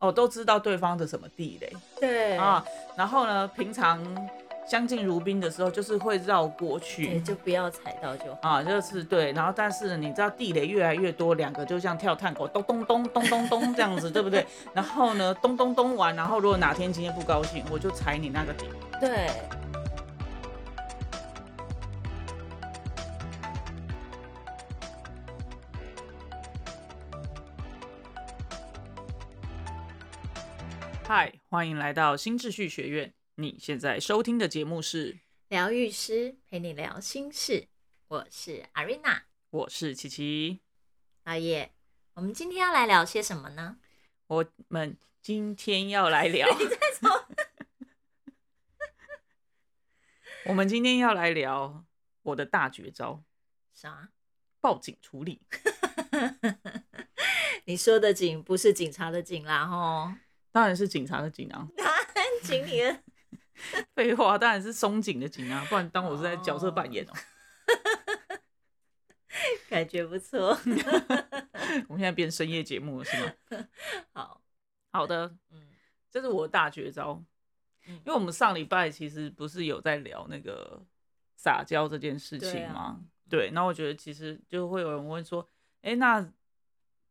哦，都知道对方的什么地雷对啊。然后呢，平常相敬如宾的时候，就是会绕过对，去就不要踩到就好。啊，就是对。然后但是你知道地雷越来越多，两个就像跳探狗，咚咚咚咚咚咚这样子，对不对？然后呢，咚咚咚完，然后如果哪天今天不高兴，我就踩你那个点。对，嗨，欢迎来到新秩序学院。你现在收听的节目是，疗愈师陪你聊心事，我是 Arena 我是琪琪。老爷。我们今天要来聊些什么呢？我们今天要来聊，我们今天要来聊我的大绝招啥？ ——报警处理。你说的警不是警察的警啦，吼，当然是警察的警啊，请你的废话，当然是松紧的紧啊，不然当我是在角色扮演哦、感觉不错。 我们现在变深夜节目了是吗？好，好的，嗯这是我的大绝招。嗯因为我们上礼拜其实不是有在聊那个撒娇这件事情对啊吗？对，那我觉得其实就会有人问说，哎、那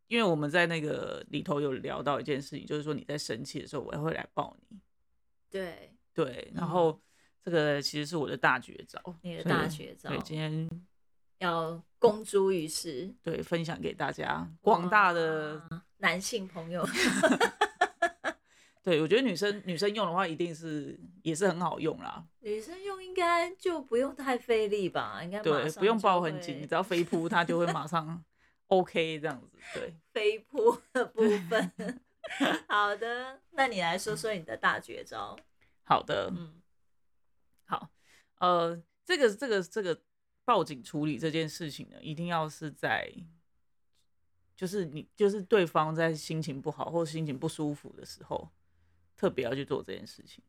因为我们在那个里头有聊到一件事情，就是说你在生气的时候，我也会来抱你。对，对，然嗯后这个其实是我的大绝招，你的所以大绝招对，今天要公诸于世，对分享给大家广大的，哇男性朋 友。对我觉得女生女生用的话，一定是也是很好用啦。女生用应该就不用太费力吧，应该马对，上不用就抱很会紧，你只要飞扑它就会马 上 OK 这样子。对，飞扑的部分。好的，那你来说说你的大绝招。好的，嗯，好，呃，这个这个这个报警处理这件事情呢，一定要是在，就是你就是对方在心情不好或心情不舒服的时候，特别要去做这件事情。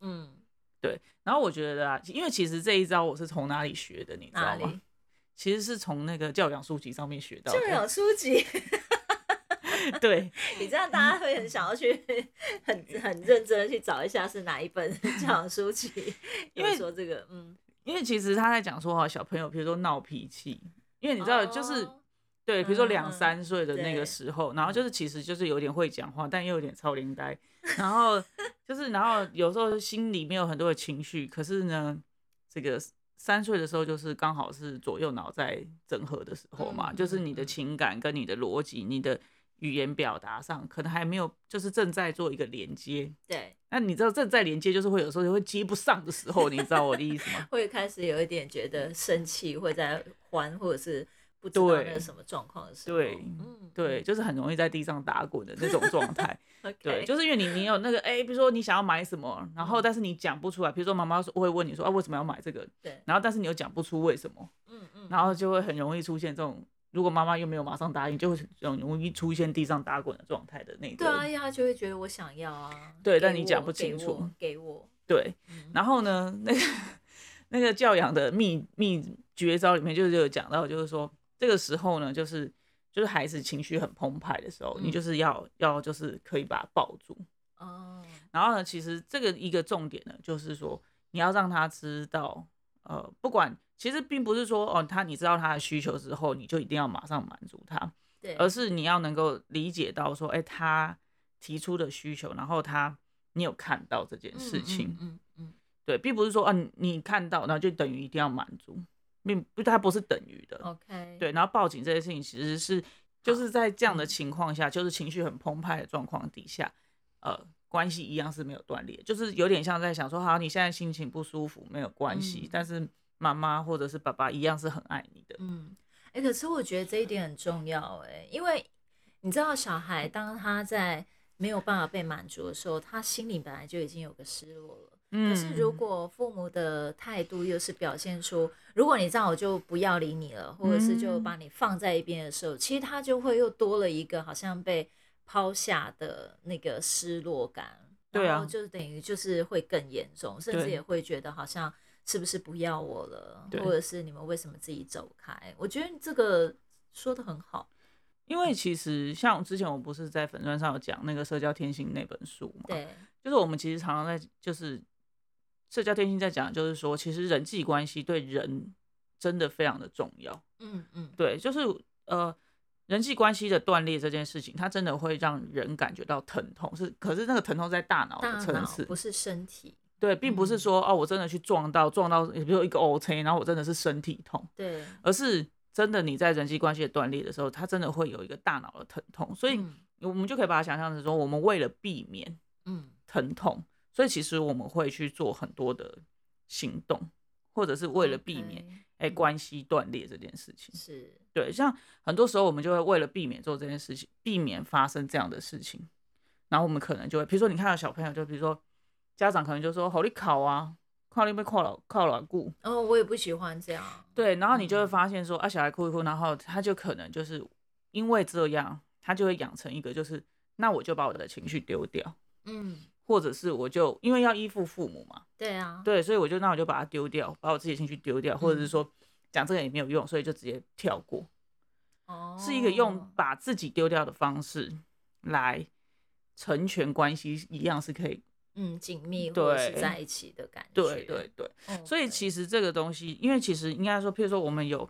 嗯，对，然后我觉得啊，因为其实这一招我是从哪里学的，你知哪道里吗？？其实是从那个教养书籍上面学到就的。有书 籍，对，你这样大家会很想要去很很认真的去找一下是哪一本 这样书籍，因有为说这个，嗯，因为其实他在讲说哈，小朋友比如说闹脾气，因为你知道就是。哦对，比如说嗯两嗯三岁的那对个时候，然后就是其实就是有点会讲话，但又有点超龄 呆，然后就是然后有时候心里面有很多的情绪，可是呢，这个三岁的时候就是刚好是左右脑在整合的时候嘛，嗯就是嗯你的嗯情感跟你的逻辑、你的语言表达上，可能还没有就是正在做一个连接。对，那你知道正在连接，就是会有时候会接不上的时候，你知道我的意思吗？ 会开始有一点觉得生气，会在还或者是不知道对那是什么状况的时候，对嗯，对，就是很容易在地上打滚的那种状态。嗯，OK，嗯对，就是因为你你有那 个哎、比如说你想要买什么，然后但是你讲不出来，比如说妈妈说会问你说啊为什么要买这个，对，然后但是你又讲不出为什么，嗯嗯，然后就会很容易出现这种，如果妈妈又没有马上答应，就会很容易出现地上打滚的状态的那对啊，个。因为他就会觉得我想要啊，对给但你我讲不清楚给我，给我对，嗯然后呢， 那个那个教养的秘秘绝招里面就是有讲到，就是说这个时候呢，就是就是孩子情绪很澎湃的时候，你嗯就是要要就是可以把他抱住，哦，然后呢，其实这个一个重点呢，就是说你要让他知道，呃，不管其实并不是说哦，他你知道他的需求之后，你就一定要马上满足他，对，而是你要能够理解到说，哎，他提出的需求，然后他你有看到这件事情，嗯嗯对，并不是说啊你你看到，然后就等于一定要满足，并不，它不是等于的，嗯，OK，，呃对。然后报警这件事情其实是就是在这样的嗯情况下，就是情绪很澎湃的状况底下，呃，关系一样是没有断裂，就是有点像在想说，好，你现在心情不舒服没有关系，嗯但是妈妈或者是爸爸一样是很爱你的。嗯，哎、可是我觉得这一点很重要、哎，因为你知道，小孩当他在没有办法被满足的时候，他心里本来就已经有个失落了。嗯可是嗯如果父母的态度又是表现出，如果你这样我就不要理你了，或者是就嗯把你放在一边的时候，其实他就会又多了一个好像被抛下的那个失落感。对啊然后就等于就是会更严重，甚至对也会觉得好像是不是不要我了，对或者是你们为什么自己走开？我觉得这个说的很好，因为其实像之前我不是在粉砖上有讲那个《社交天性》那本书嘛，对，就是我们其实常常在就是社交天性在讲，就是说其实人际关系对人真的非常的重要。嗯嗯，对，就是呃人际关系的断裂这件事情，它真的会让人感觉到疼痛，是可是那个疼痛在大脑大的层脑次，不是身体，对，并不是嗯说哦我真的去撞到撞到，比如一个 O K，然后我真的是身体痛，对，而是真的你在人际关系的断裂的时候，它真的会有一个大脑的疼痛，所以。嗯我们就可以把它想象成说，我们为了避免嗯疼痛，所以其实我们会去做很多的行动，或者是为了避免 OK，哎、关系断裂这件事情。是，对，像很多时候我们就会为了避免做这件事情，避免发生这样的事情，然后我们可能就会，比如说你看到小朋友，就比如说家长可能就说：“好，你考啊，靠你被靠老靠老顾。”哦，我也不喜欢这样，对，然后你就会嗯发现说，啊，小孩哭一哭，然后他就可能就是因为这样，他就会养成一个就是，那我就把我的情绪丢掉，嗯，或者是我就因为要依附父母嘛，对啊，对，所以我就那我就把它丢掉，把我自己的情绪丢掉，或者是嗯说讲这个也没有用，所以就直接跳过，哦，是一个用把自己丢掉的方式来成全关系，一样是可以。嗯紧密或者是对在一起的感觉，对对对，嗯，所以对其实这个东西，因为其实应该说，譬如说我们有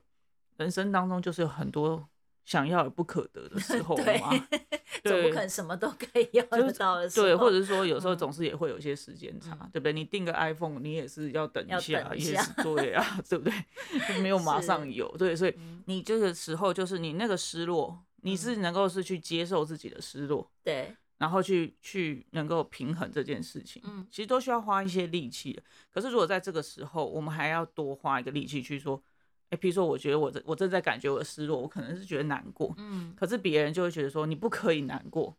人生当中就是有很多想要而不可得的时候对嘛，总 啊对不可能什么都可以要就得是到的时候，对，或者是说有时候嗯总是也会有一些时间差，嗯对不对？你订个 iPhone，你也是要等要一下，等一也下是对啊，对不对？ 没有马上是有，对，所以嗯你这个时候就是你那个失落，你是能够是去接受自己的失落，对，然后去去能够平衡这件事情，嗯其实都需要花一些力气的。可是如果在这个时候，我们还要多花一个力气去说，哎，譬如说，我觉得我这我正在感觉我的失落，我可能是觉得难过，嗯可是别人就会觉得说你不可以难过，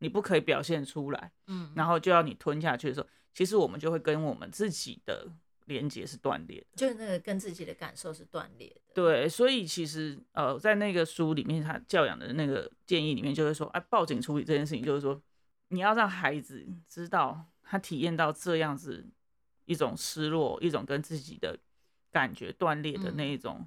你不可以表现出来，嗯，然后就要你吞下去的时候，其实我们就会跟我们自己的连接是断裂的。就是那个跟自己的感受是断裂的，对，所以其实呃，在那个书里面，他教养的那个建议里面，就是说，哎、报警处理这件事情，就是说，你要让孩子知道，他体验到这样子一种失落，一种跟自己的感觉断裂的嗯那一种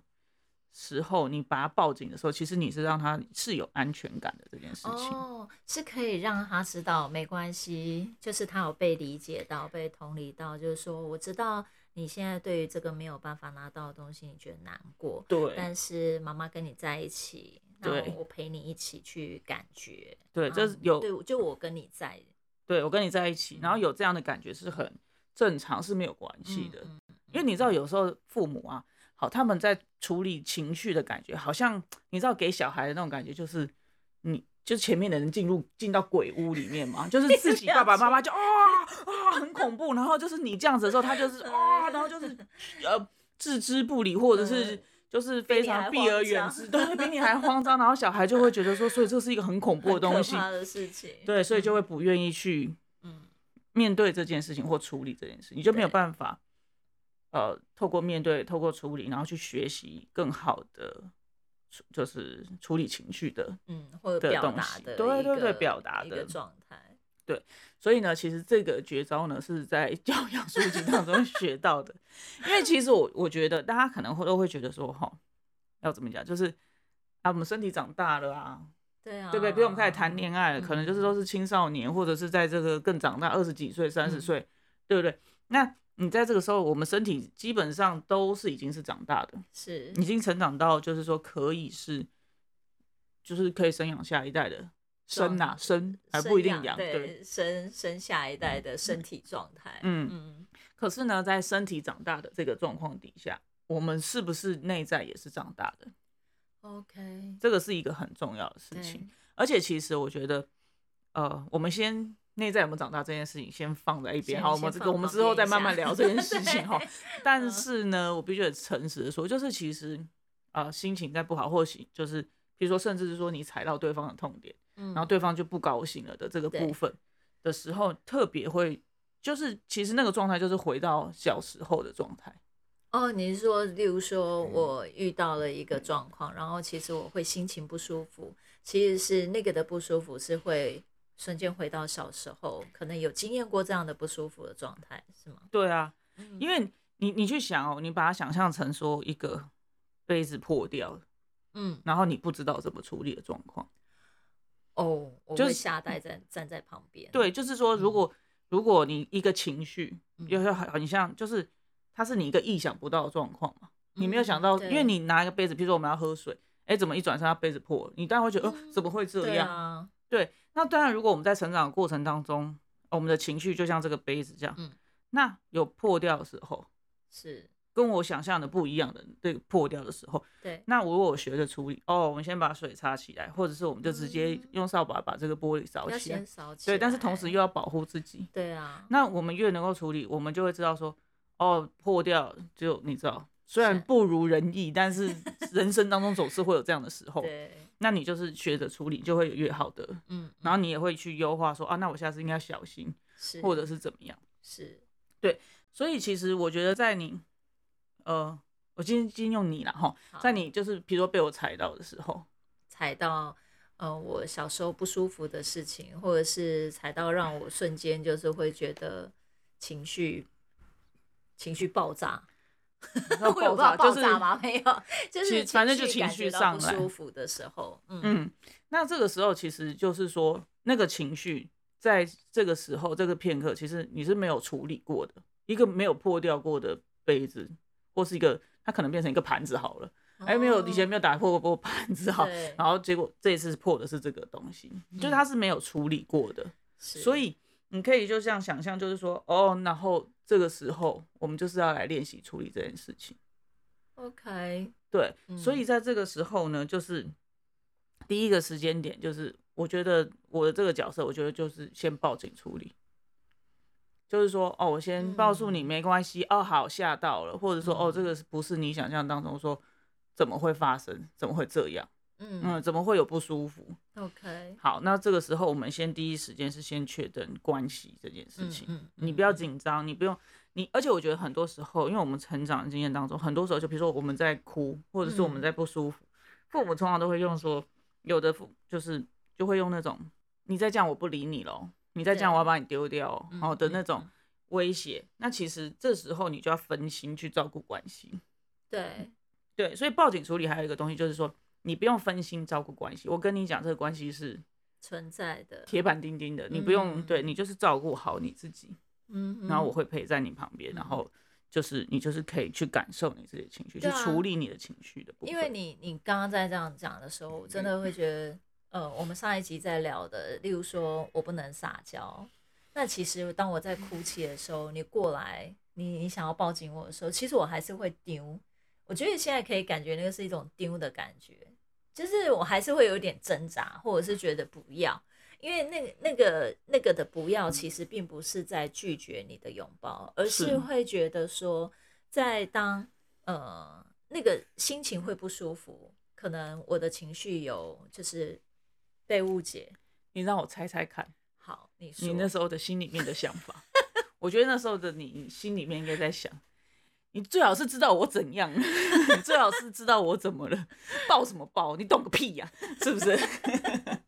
时候，你把他报警的时候，其实你是让他是有安全感的这件事情。哦，是可以让他知道没关系，就是他有被理解到、被同理到，就是说我知道你现在对于这个没有办法拿到的东西，你觉得难过，对但是妈妈跟你在一起，那对我陪你一起去感觉，对，这是嗯有对，就我跟你在，对我跟你在一起，然后有这样的感觉是很正常，是没有关系嗯的。嗯因为你知道，有时候父母啊，好，他们在处理情绪的感觉，好像你知道给小孩的那种感觉，就是你就前面的人进入进到鬼屋里面嘛，就是自己爸爸妈妈就啊啊很恐怖，然后就是你这样子的时候，他就是啊，然后就是呃置之不理，或者是嗯。就是非你还常避而慌远张之，对，比你还慌张，然后小孩就会觉得说，所以这是一个很恐怖的很可东西，怕的事情，对，所以就嗯会不愿意去嗯面对这件事情或处理这件事，你就没有对办法，呃，透过面对、透过处理，然后去学习更好的处，就是处理情绪的。嗯，或者的表东达西的对一对对个表达一个的状态，所以呢，其实这个绝招呢是在教养书籍当中 学到的，因为其实我我觉得大家可能会都会觉得说，哈，要怎么讲，就是啊，我们身体长大了啊，对啊，对不对？比如我们开始谈恋爱了，可能就是嗯都是青少年，或者是在这个更长大，二十几岁、三十嗯岁，对不对？那你在这个时候，我们身体基本上都是已经是长大的，是已经成长到就是说可以是，就是可以生养下一代的生啊状生还哦生不一定养养对。对生生下一代的身体状态。嗯嗯，可是呢，在身体长大的这个状况底下，我们是不是内在也是长大的？ OK，这个是一个很重要的事对情。而且其实我觉得，呃，我们先内在有没有长大这件事情先放在一边，先好，我先们这个放我们旁之后边再一慢慢下聊这件事情哈 对。嗯但是呢，我必须很诚实的说，就是其实呃，心情再不好，或许就是比如说，甚至是说你踩到对方的痛点，嗯，然后对方就不高兴了的这个对部分的时候，特别会就是其实那个状态就是回到小时候的状态。哦，你是说，例如说嗯我遇到了一个状况，然后其实我会心情不舒服，其实是那个的不舒服是会瞬间回到小时候，可能有经验过这样的不舒服的状态，是吗？对啊，嗯因为你你去想哦，你把它想象成说一个杯子破掉了，嗯，然后你不知道怎么处理的状况。哦，我就会是吓呆在站在旁边。对，就是说，如果、如果你一个情绪，嗯就是很像，就是它是你一个意想不到的状况嘛，你没有想嗯到，对因为你拿一个杯子，譬如说我们要喝水，哎、怎么一转身，它杯子破了，你当然会觉得，哦、嗯怎么会这对样？啊，对，那当然，如果我们在成长的过程当中，我们的情绪就像这个杯子这样，嗯那有破掉的时候，是跟我想象的不一样的这个破掉的时候，对，那如果我学着处理，哦，我们先把水擦起来，或者是我们就直接嗯用扫把把这个玻璃扫要起来先，扫起来。对，但是同时又要保护自己。对啊，那我们越能够处理，我们就会知道说，哦，破掉就你知道，虽然是不如人意，但是人生当中总是会有这样的时候，对，那你就是学着处理，就会有越好的嗯，然后嗯你也会去优化说啊，那我下次应该小心，是或者是怎么样。是所以其实我觉得在你，呃，我今天今天用你了哈，好在你就是比如说被我踩到的时 候，踩到呃我小时候不舒服的事情，或者是踩到让我瞬间就是会觉得情绪情绪爆炸，那会有爆炸爆就是 炸吗？没有，就其是实反正就情感绪觉到上不来舒服的时候，嗯，嗯，那这个时候其实就是说那个情绪在这个时候这个片刻，其实你是没有处理过的，一个没有破掉过的杯子，或是一个它可能变成一个盘子好了，哎，没有以前哦没有打破过盘子好，对嗯然后结果这一次破的是这个东西，就是它是没有处理过的。是所以你可以就这样想象，就是说，哦，然后这个时候我们就是要来练习处理这件事情。 OK 对，所嗯以在这个时候呢，就是第一个时间点，就是我觉得我的这个角色，我觉得就是先报警处理。就是说，哦，我先告诉你嗯没关系，哦，好，吓到了，或者说，哦，这嗯个是不是你想象当中说怎么会发生，怎么会这样，嗯嗯，怎么会有不舒服？ OK 嗯好，那这个时候我们先第一时间是先确认关系这件事嗯情，嗯你嗯不要嗯紧张，你不用你，而且我觉得很多时候，因为我们成长的经验当中，很多时候就比如说我们在哭，或者是我们嗯在不舒服，父母通常都会用说，有的父就是就会用那种你再这样我不理你喽，你再这样对我要把你丢掉哦嗯哦的嗯那种嗯威胁。那其实这时候你就要分心去照顾关系，对对，所以报警处理还有一个东西就是说，你不用分心照顾关系。我跟你讲，这个关系是。存在的，铁板钉钉的，你不用、对你就是照顾好你自己，嗯，然后我嗯会陪在你旁边，然后就是你就是可以去感受你自己的情绪，对啊去处理你的情绪的部分。因为你你刚刚在这样讲的时候，我真的会觉得，呃，我们上一集在聊的，例如说我不能撒娇，那其实当我在哭泣的时候，你过来，你你想要抱紧我的时候，其实我还是会丢。我觉得现在可以感觉那个是一种丢的感觉，就是我还是会有点挣扎，或者是觉得不要。因为那个、那个、那个的不要，其实并不是在拒绝你的拥抱，而是是会觉得说，在当呃，那个心情会不舒服，可能我的情绪有就是被误解。你让我猜猜看，好，你说你那时候的心里面的想法， 我觉得那时候的你你心里面应该在想。你最好是知道我怎样， 你最好是知道我怎么了，抱什么抱？你懂个屁呀、是不是？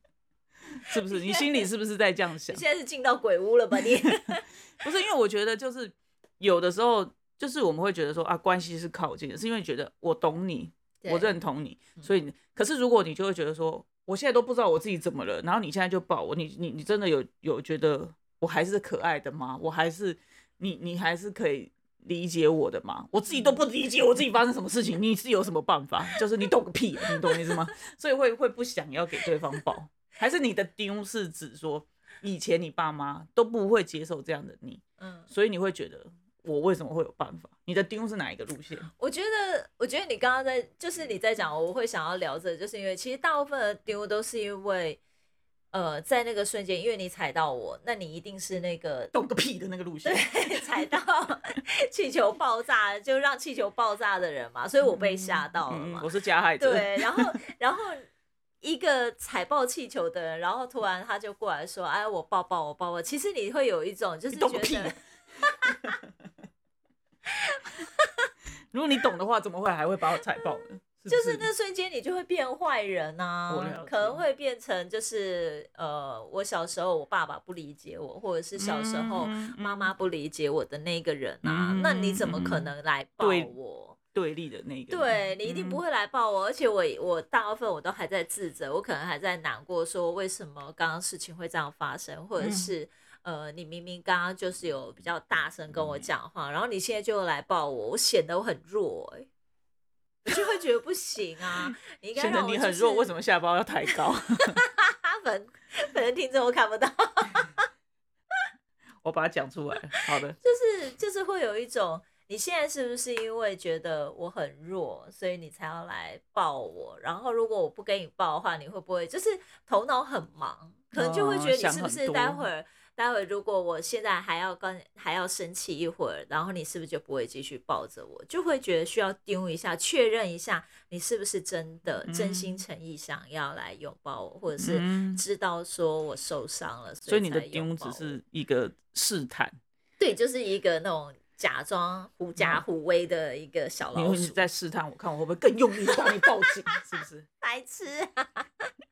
是不是？你心里是不是在这样想你？现在是进到鬼屋了吧？你 不是因为我觉得就是有的时候就是我们会觉得说啊，关系是靠近的，是因为觉得我懂你，我认同你，所以你可是如果你就会觉得说，我现在都不知道我自己怎么了，然后你现在就抱我，你你你真的有有觉得我还是可爱的吗？我还是你你还是可以。理解我的吗？我自己都不理解我自己发生什么事情，你是有什么办法？就是你懂个屁，啊你懂我意思吗？ 所以会会不想要给对方抱，还是你的丢是指说以前你爸妈都不会接受这样的你，嗯，所以你会觉得我为什么会有办法？你的丢是哪一个路线？我觉得，我觉得你刚刚在就是你在讲，我会想要聊这个，就是因为其实大部分的丢都是因为。呃，在那个瞬间，因为你踩到我，那你一定是那个 懂个屁的那个路线。踩到气球爆炸，就让气球爆炸的人嘛，所以我被吓到了嗯嘛。我是加害者。对，然后然后一个踩爆气球的人，然后突然他就过来说：“哎，我抱抱，我抱抱。”其实你会有一种就是你觉懂个屁得。 如果你懂的话，怎么会还会把我踩爆呢？不就是那瞬间你就会变坏人我了啊解，可能会变成就是呃，我小时候我爸爸不理解我，或者是小时候嗯嗯妈妈不理解我的那个人啊，嗯那你怎么可能来抱对我？对立的那个人。对你一定不嗯会来抱我，而且我我大部分我都还在自责，我可能还在难过，说为什么刚刚事情会这样发生，或者嗯是、呃，你明明刚刚就是有比较大声跟嗯我讲话，然后你现在就来抱我，我显得我很弱、欸，我就会觉得不 行啊，你应该显得让我、你很弱，为什么？么下巴要抬高？ 他本本人听众我看不到，我把它讲出来。好的，就是就是会有一种，你现在是不是因为觉得我很弱，所以你才要来抱我？然后如果我不跟你抱的话，你会不会就是头脑很忙，可能就会哦觉得你想是不很是多待会儿？待会儿如果我现在还要跟还要生气一会儿，然后你是不是就不会继续抱着我？就会觉得需要丢一下，确认一下你是不是真的、真心嗯诚意想要来拥抱我，或者是嗯，知道说我受伤了，所以以你的才拥丢抱只我是一个试探，对，就是一个那种假装狐假嗯虎威的一个小你老会是鼠，在试探我，看我会不会更用力帮你报警，是不是？白痴、啊。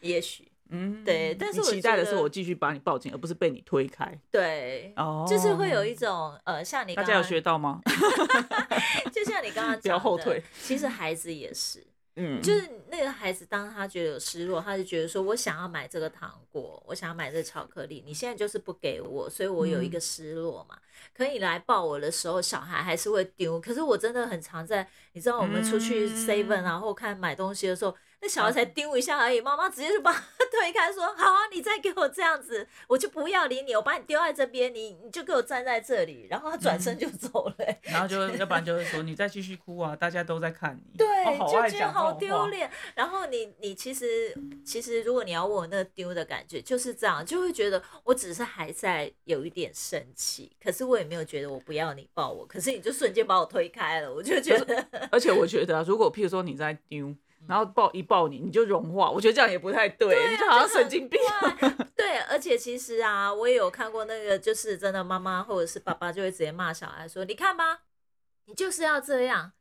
也许嗯， 对但是你我期待的觉是得我继续把你报警，而不是被你推开。对，哦，就是会有一种呃，像你大刚家有刚，学到吗？ 就像你刚刚不要讲后的退。其实孩子也是，嗯，就是那个孩子，当他觉得有失落，他就觉得说我想要买这个糖果，我想要买这个巧克力，你现在就是不给我，所以我有一嗯个失落嘛。可你来抱我的时候，小孩还是会丢。可是我真的很常在，你知道我们出去嗯 seven 然后看买东西的时候，那小孩才丢一下而已，妈妈直接就把他 推开说：“好啊，你再给我这样子，我就不要理你，我把你丢在这边，你你就给我站在这里。”然后他转嗯身就走了、欸然后就会要不然就会说你再继续哭啊，大家都在看你。对，哦、好就爱觉得讲这好种丢话。脸。然后你你其实其实如果你要问我那个丢的感觉，就是这样，就会觉得我只是还在有一点生气，可是我也没有觉得我不要你抱我，可是你就瞬间把我推开了，我就觉得而且我觉得、啊，如果譬如说你在丢，然后抱一抱你，你就融化，我觉得这样也不太对，啊你就好像神经病。对对，而且其实啊，我也有看过那个，就是真的妈妈或者是爸爸就会直接骂小孩说：“你看吧，你就是要这样。”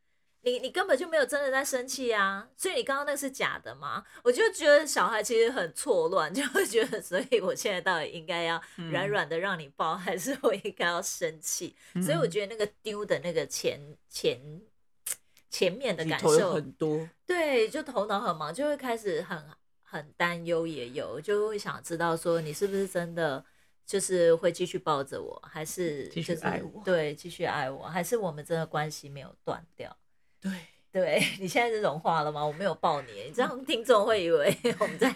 你你根本就没有真的在生气啊，所以你刚刚那是假的嘛？我就觉得小孩其实很错乱，就会觉得，所以我现在到底应该要嗯软软的让你抱，还是我应该要生气？嗯所以我觉得那个丢的那个前前前面的里感头有受很 多，对，就头脑很忙，就会开始很很担忧，也有就会想知道说你是不是真的就是会继续抱着我，还是继就续是爱我对，继续爱我，还是我们真的关系没有断掉？对，对 你现在是融化了吗？我没有抱你，你这样听众会以为 我们在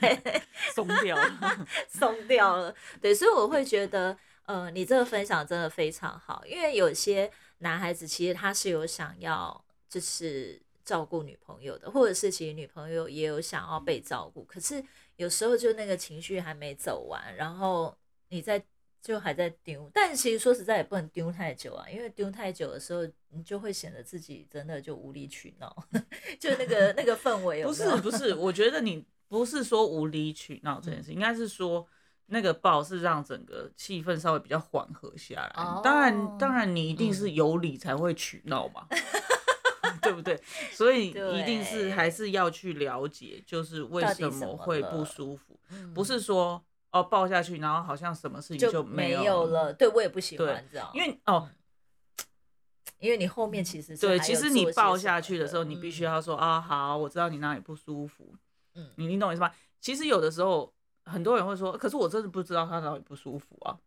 松掉了。松掉了。对，所以我会觉得，呃，你这个分享真的非常好，因为有些男孩子其实他是有想要就是照顾女朋友的，或者是其实女朋友也有想要被照顾，可是有时候就那个情绪还没走完，然后你在。就还在丢，但其实说实在也不能丢太久啊，因为丢太久的时候，你就会显得自己真的就无理取闹， 就那个那个氛 围有不没是有？不是，我觉得你不是说无理取闹嗯这件事，应该是说那个抱是让整个气氛稍微比较缓和下来。哦嗯当然，当然你一定是有理才会取闹 嘛。对不对？所以一定是对还是要去了解，就是为到底什怎么么会了不舒服，嗯不是说哦抱下去，然后好像什么事情就没没有了，对我也不喜对欢这样，因为哦，因为你后面其实是对，还其有实做你些抱什下么去的的时候，你必须嗯要说啊，好，我知道你哪里不舒服，嗯你你懂我意思吗？其实有的时候，很多人会说，可是我真的不知道他哪里不舒服啊。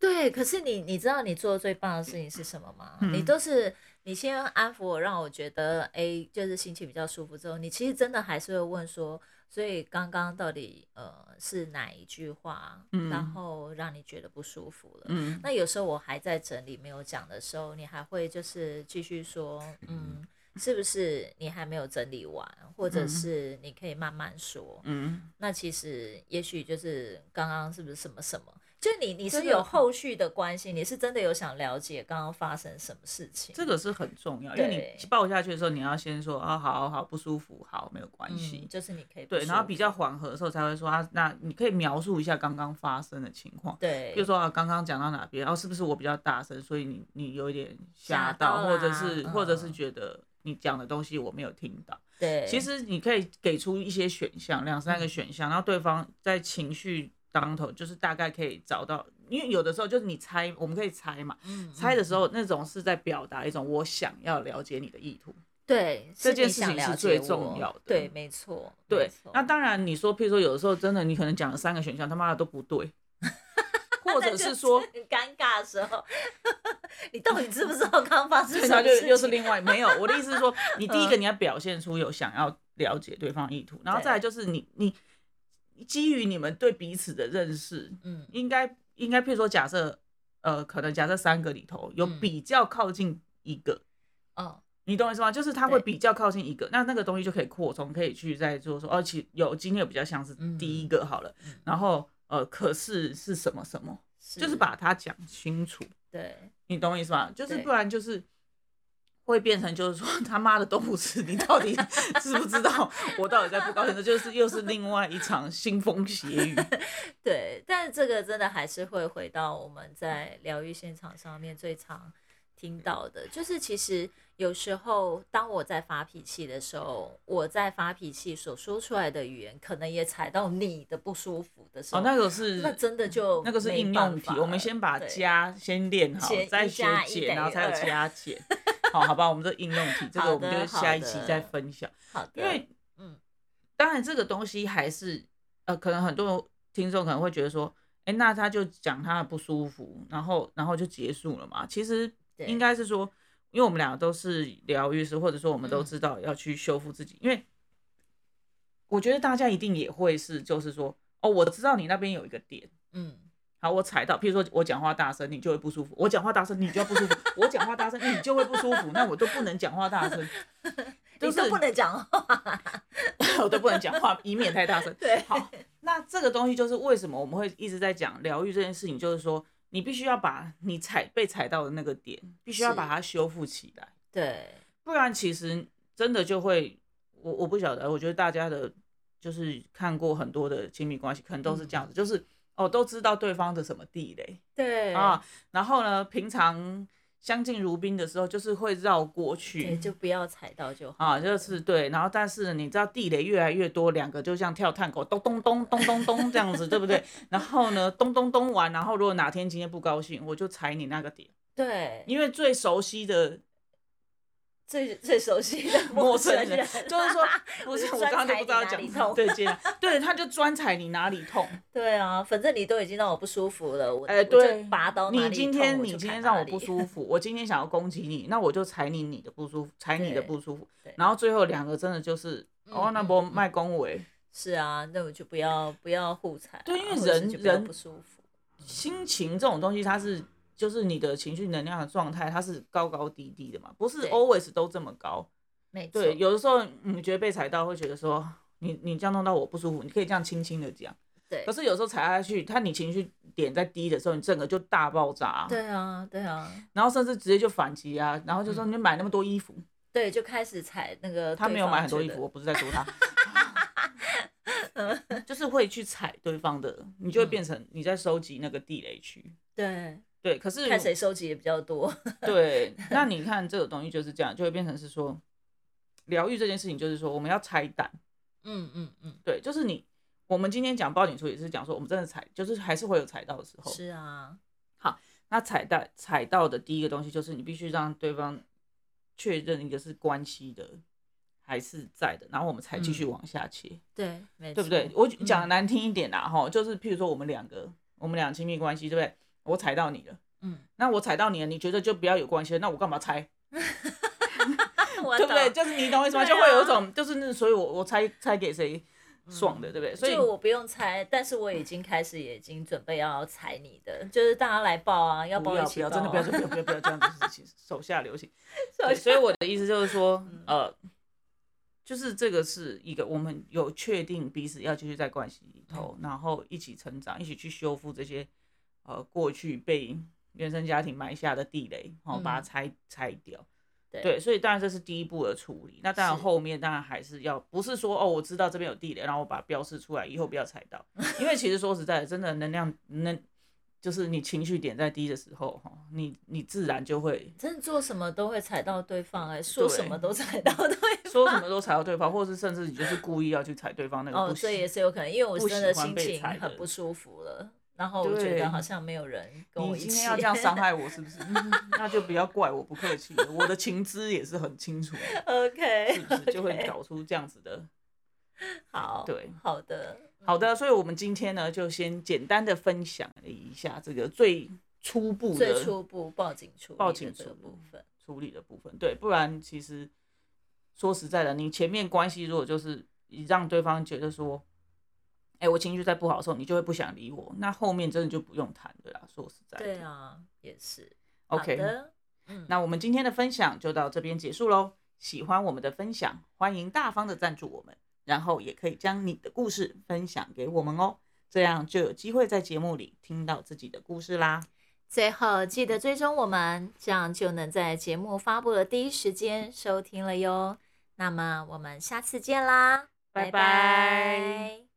对。可是你你知道你做的最棒的事情是什么吗？你嗯都是你先安抚我，让我觉得哎，就是心情比较舒服之后，你其实真的还是会问说，所以刚刚到底呃是哪一句话，然嗯后让你觉得不舒服了？嗯，那有时候我还在整理没有讲的时候，你还会就是继续说，嗯，是不是你还没有整理完，或者嗯是你可以慢慢说。嗯，那其实也许就是刚刚是不是什么什么，就你你是这个有后续的关系，你是真的有想了解刚刚发生什么事情。这个是很重要，因为你对抱下去的时候，你要先说啊，好好不舒服，好，没有关系。嗯，就是你可以不对，然后说比较缓和的时候才会说啊，那你可以描述一下刚刚发生的情况，对，比如说啊，刚刚讲到哪边，哦，是不是我比较大声，所以你你有一点吓吓到到，或者啦是或者是嗯觉得你讲的东西我没有听到。对，其实你可以给出一些选项，两三个嗯选项，然后对方在情绪当头，就是大概可以找到，因为有的时候就是你猜，我们可以猜嘛，嗯猜的时候那种是在表达一种我想要了解你的意图。对这是件你事想情是了最解重我要的对，没错，对没，错那当然你说，譬如说有的时候真的你可能讲了三个选项，他妈的都不对， 或那者就是说。很尴尬的时候， 你到底知不知道刚刚发生对，什么那就事情？又是另外没有。我的意思是说，你第一个嗯你要表现出有想要了解对方意图，然后再来就是你你基于你们对彼此的认识，嗯应该应该譬如说假设呃，可能假设三个里头有嗯比较靠近一个，哦你懂我意思吗？就是它会对比较靠近一个，那那个东西就可以扩充，可以去再做说，而、哦、且有今天有比较像是嗯第一个好了，嗯然后呃，可是是什么什么，是就是把它讲清楚，对你懂我意思吗？就是对不然就是会变成就是说他妈的都不是，你到底 知不知道我到底在不高兴？这就是又是另外一场腥风血 雨。哦对，但是这个真的还是会回到我们在疗愈现场上面最常听嗯到的，就是其实有时候当我在发脾气的时候，我在发脾气所说出来的语言，可能也踩到你的不舒服的时候，哦，那个是那真的就那个是没应办用题法，我们了先把对加先练好减，再一学加一等减，于然后才有二加减。 好，好吧，我们这应用题，这好个我们的就好下一期的再分享。好的，因为，嗯当然这个东西还是，呃，可能很多听众可能会觉得说，哎、那他就讲他的不舒服，然后然后就结束了嘛。其实对应该是说，因为我们俩都是疗愈师，或者说我们都嗯知道要去修复自己，因为我觉得大家一定也会是，就是说，哦，我知道你那边有一个点。嗯。好，我踩到，譬如说我讲话大声，你就会不舒服；我讲话大声，你就要不舒服；我讲话大声，你就会不舒服。那我都不能讲话大声，就你是都不能讲哦 话，我都不能讲话， 以免太大声。 对好，那这个东西就是为什么我们会一直在讲疗愈这件事情，就是说你必须要把你踩被踩到的那个点，必须要是把它修复起来，对，不然其实真的就会，我我不晓得，我觉得大家的就是看过很多的亲密关系，可能都是这嗯样子，就是哦都知道对方的什么地雷，对啊，，然后呢，平常相敬如宾的时候，就是会绕过对，去就不要踩到就好啊，了就是对，然后但是你知道地雷越来越多，两个就像跳探狗，咚咚咚咚咚咚这样子，对不对？然后呢，咚咚咚完，然后如果哪天今天不高兴，我就踩你那个点，对，因为最熟悉 的最最熟悉的 陌生生人，就是 说不我是就我刚专刚就踩不你知道哪讲里什么痛对， 接下来对，他就专踩你哪里痛。对啊，反正你都已经让我不舒服了，我哎、我就对，拔刀 哪你里今痛天我你就今砍天哪让我里 不舒服，我今天想要攻击你，那我就踩你你的不舒服，踩你的对不舒服对，然后最后两个真的就是、哦，嗯那嗯不卖恭维，是啊，那我就不要不要互踩啊，对因为或者是人就不要人不舒服，心情这种东西它是就是你的情绪能量的状态，它是高高低低的嘛，不是对 always 都这么高。没错，对，有的时候嗯你觉得被踩到，会觉得说你你这样弄到我不舒服，你可以这样轻轻的讲，对可是有时候踩下去，它你情绪点在低的时候，你整个就大爆炸啊，对啊对啊，然后甚至直接就反击啊，然后就说你买那么多衣服。对，就开始踩那个他嗯对没有方买很多觉衣得嗯服，我不是在说 他，就是会去踩对方的，你就会变成你在收集那个地雷区。对，对，可是看谁收集的比较多， 对，那你看这个东西就是这样，就会变成是说，疗愈这件事情就是说我们要拆弹，嗯嗯嗯，对，就是你我们今天讲报警处也是讲说我们真的踩，就是还是会有踩到的时候。是啊，那踩到踩到的第一个东西就是你必须让对方确认一个是关系的还是在的，然后我们才继续嗯往下切。对，没对错，嗯不对？我讲的难听一点啦，哈、就是譬如说我们两个，我们俩亲密关系，对不对？我踩到你了，嗯，那我踩到你了，你觉得就不要有关系了，那我干嘛猜？我对不对？懂就是你懂我意思吗？ 对就会有一啊嗯种，就是那，所以我我猜猜给谁爽的，对不对？所以就我不用猜，但是我已经开始也已经准备要踩你的，就是大家来报啊，要不报要一不起报要，啊、真的不要，不要不要不要这样子的 事情，手下留情。对，所以我的意思就是说，嗯呃，就是这个是一个我们有确定彼此要继续在关系里嗯头，然后一起成长，一起去修复这些呃过去被原生家庭埋下的地雷，好、把它嗯拆拆掉。对对，所以当然这是第一步的处理。那当然是后面当然还是要，不是说哦，我知道这边 有地雷，然后我把它标示出来，以后不要踩到。因为其实说实在的，真的能量能就是你情绪点在低的时候，哈，你你自然就 会真的做什么都会踩到对方、哎，说什么都踩到对方。说什么都踩到对方，或是甚至你就是故意要去踩对方那个嗯哦，不这也行。是有可能，因为我不真喜的欢心被情踩很的不舒服了，然后我觉对得好像没有人跟我你一今起天要这样伤害我是不 是？嗯那就不要怪我不客气了，我的情资也是很清楚的， OK，是不是就会搞出这样子的 好，对好的，好的，所以我们今天呢，就先简单的分享了一下这个最初步的最初步报警处理报的警处这个理部分，处理的部分。对，不然其实说实在的，你前面关系如果就是让对方觉得说，哎、我情绪在不好的时候，你就会不想理我，那后面真的就不用谈的啦。说实在的，对啊，也是。好 OK，的，嗯，那我们今天的分享就到这边结束喽。喜欢我们的分享，欢迎大方的赞助我们，然后也可以将你的故事分享给我们哦，这样就有机会在节目里听到自己的故事啦。最后记得追踪我们，这样就能在节目发布的第一时间收听了哟。那么我们下次见啦，拜拜拜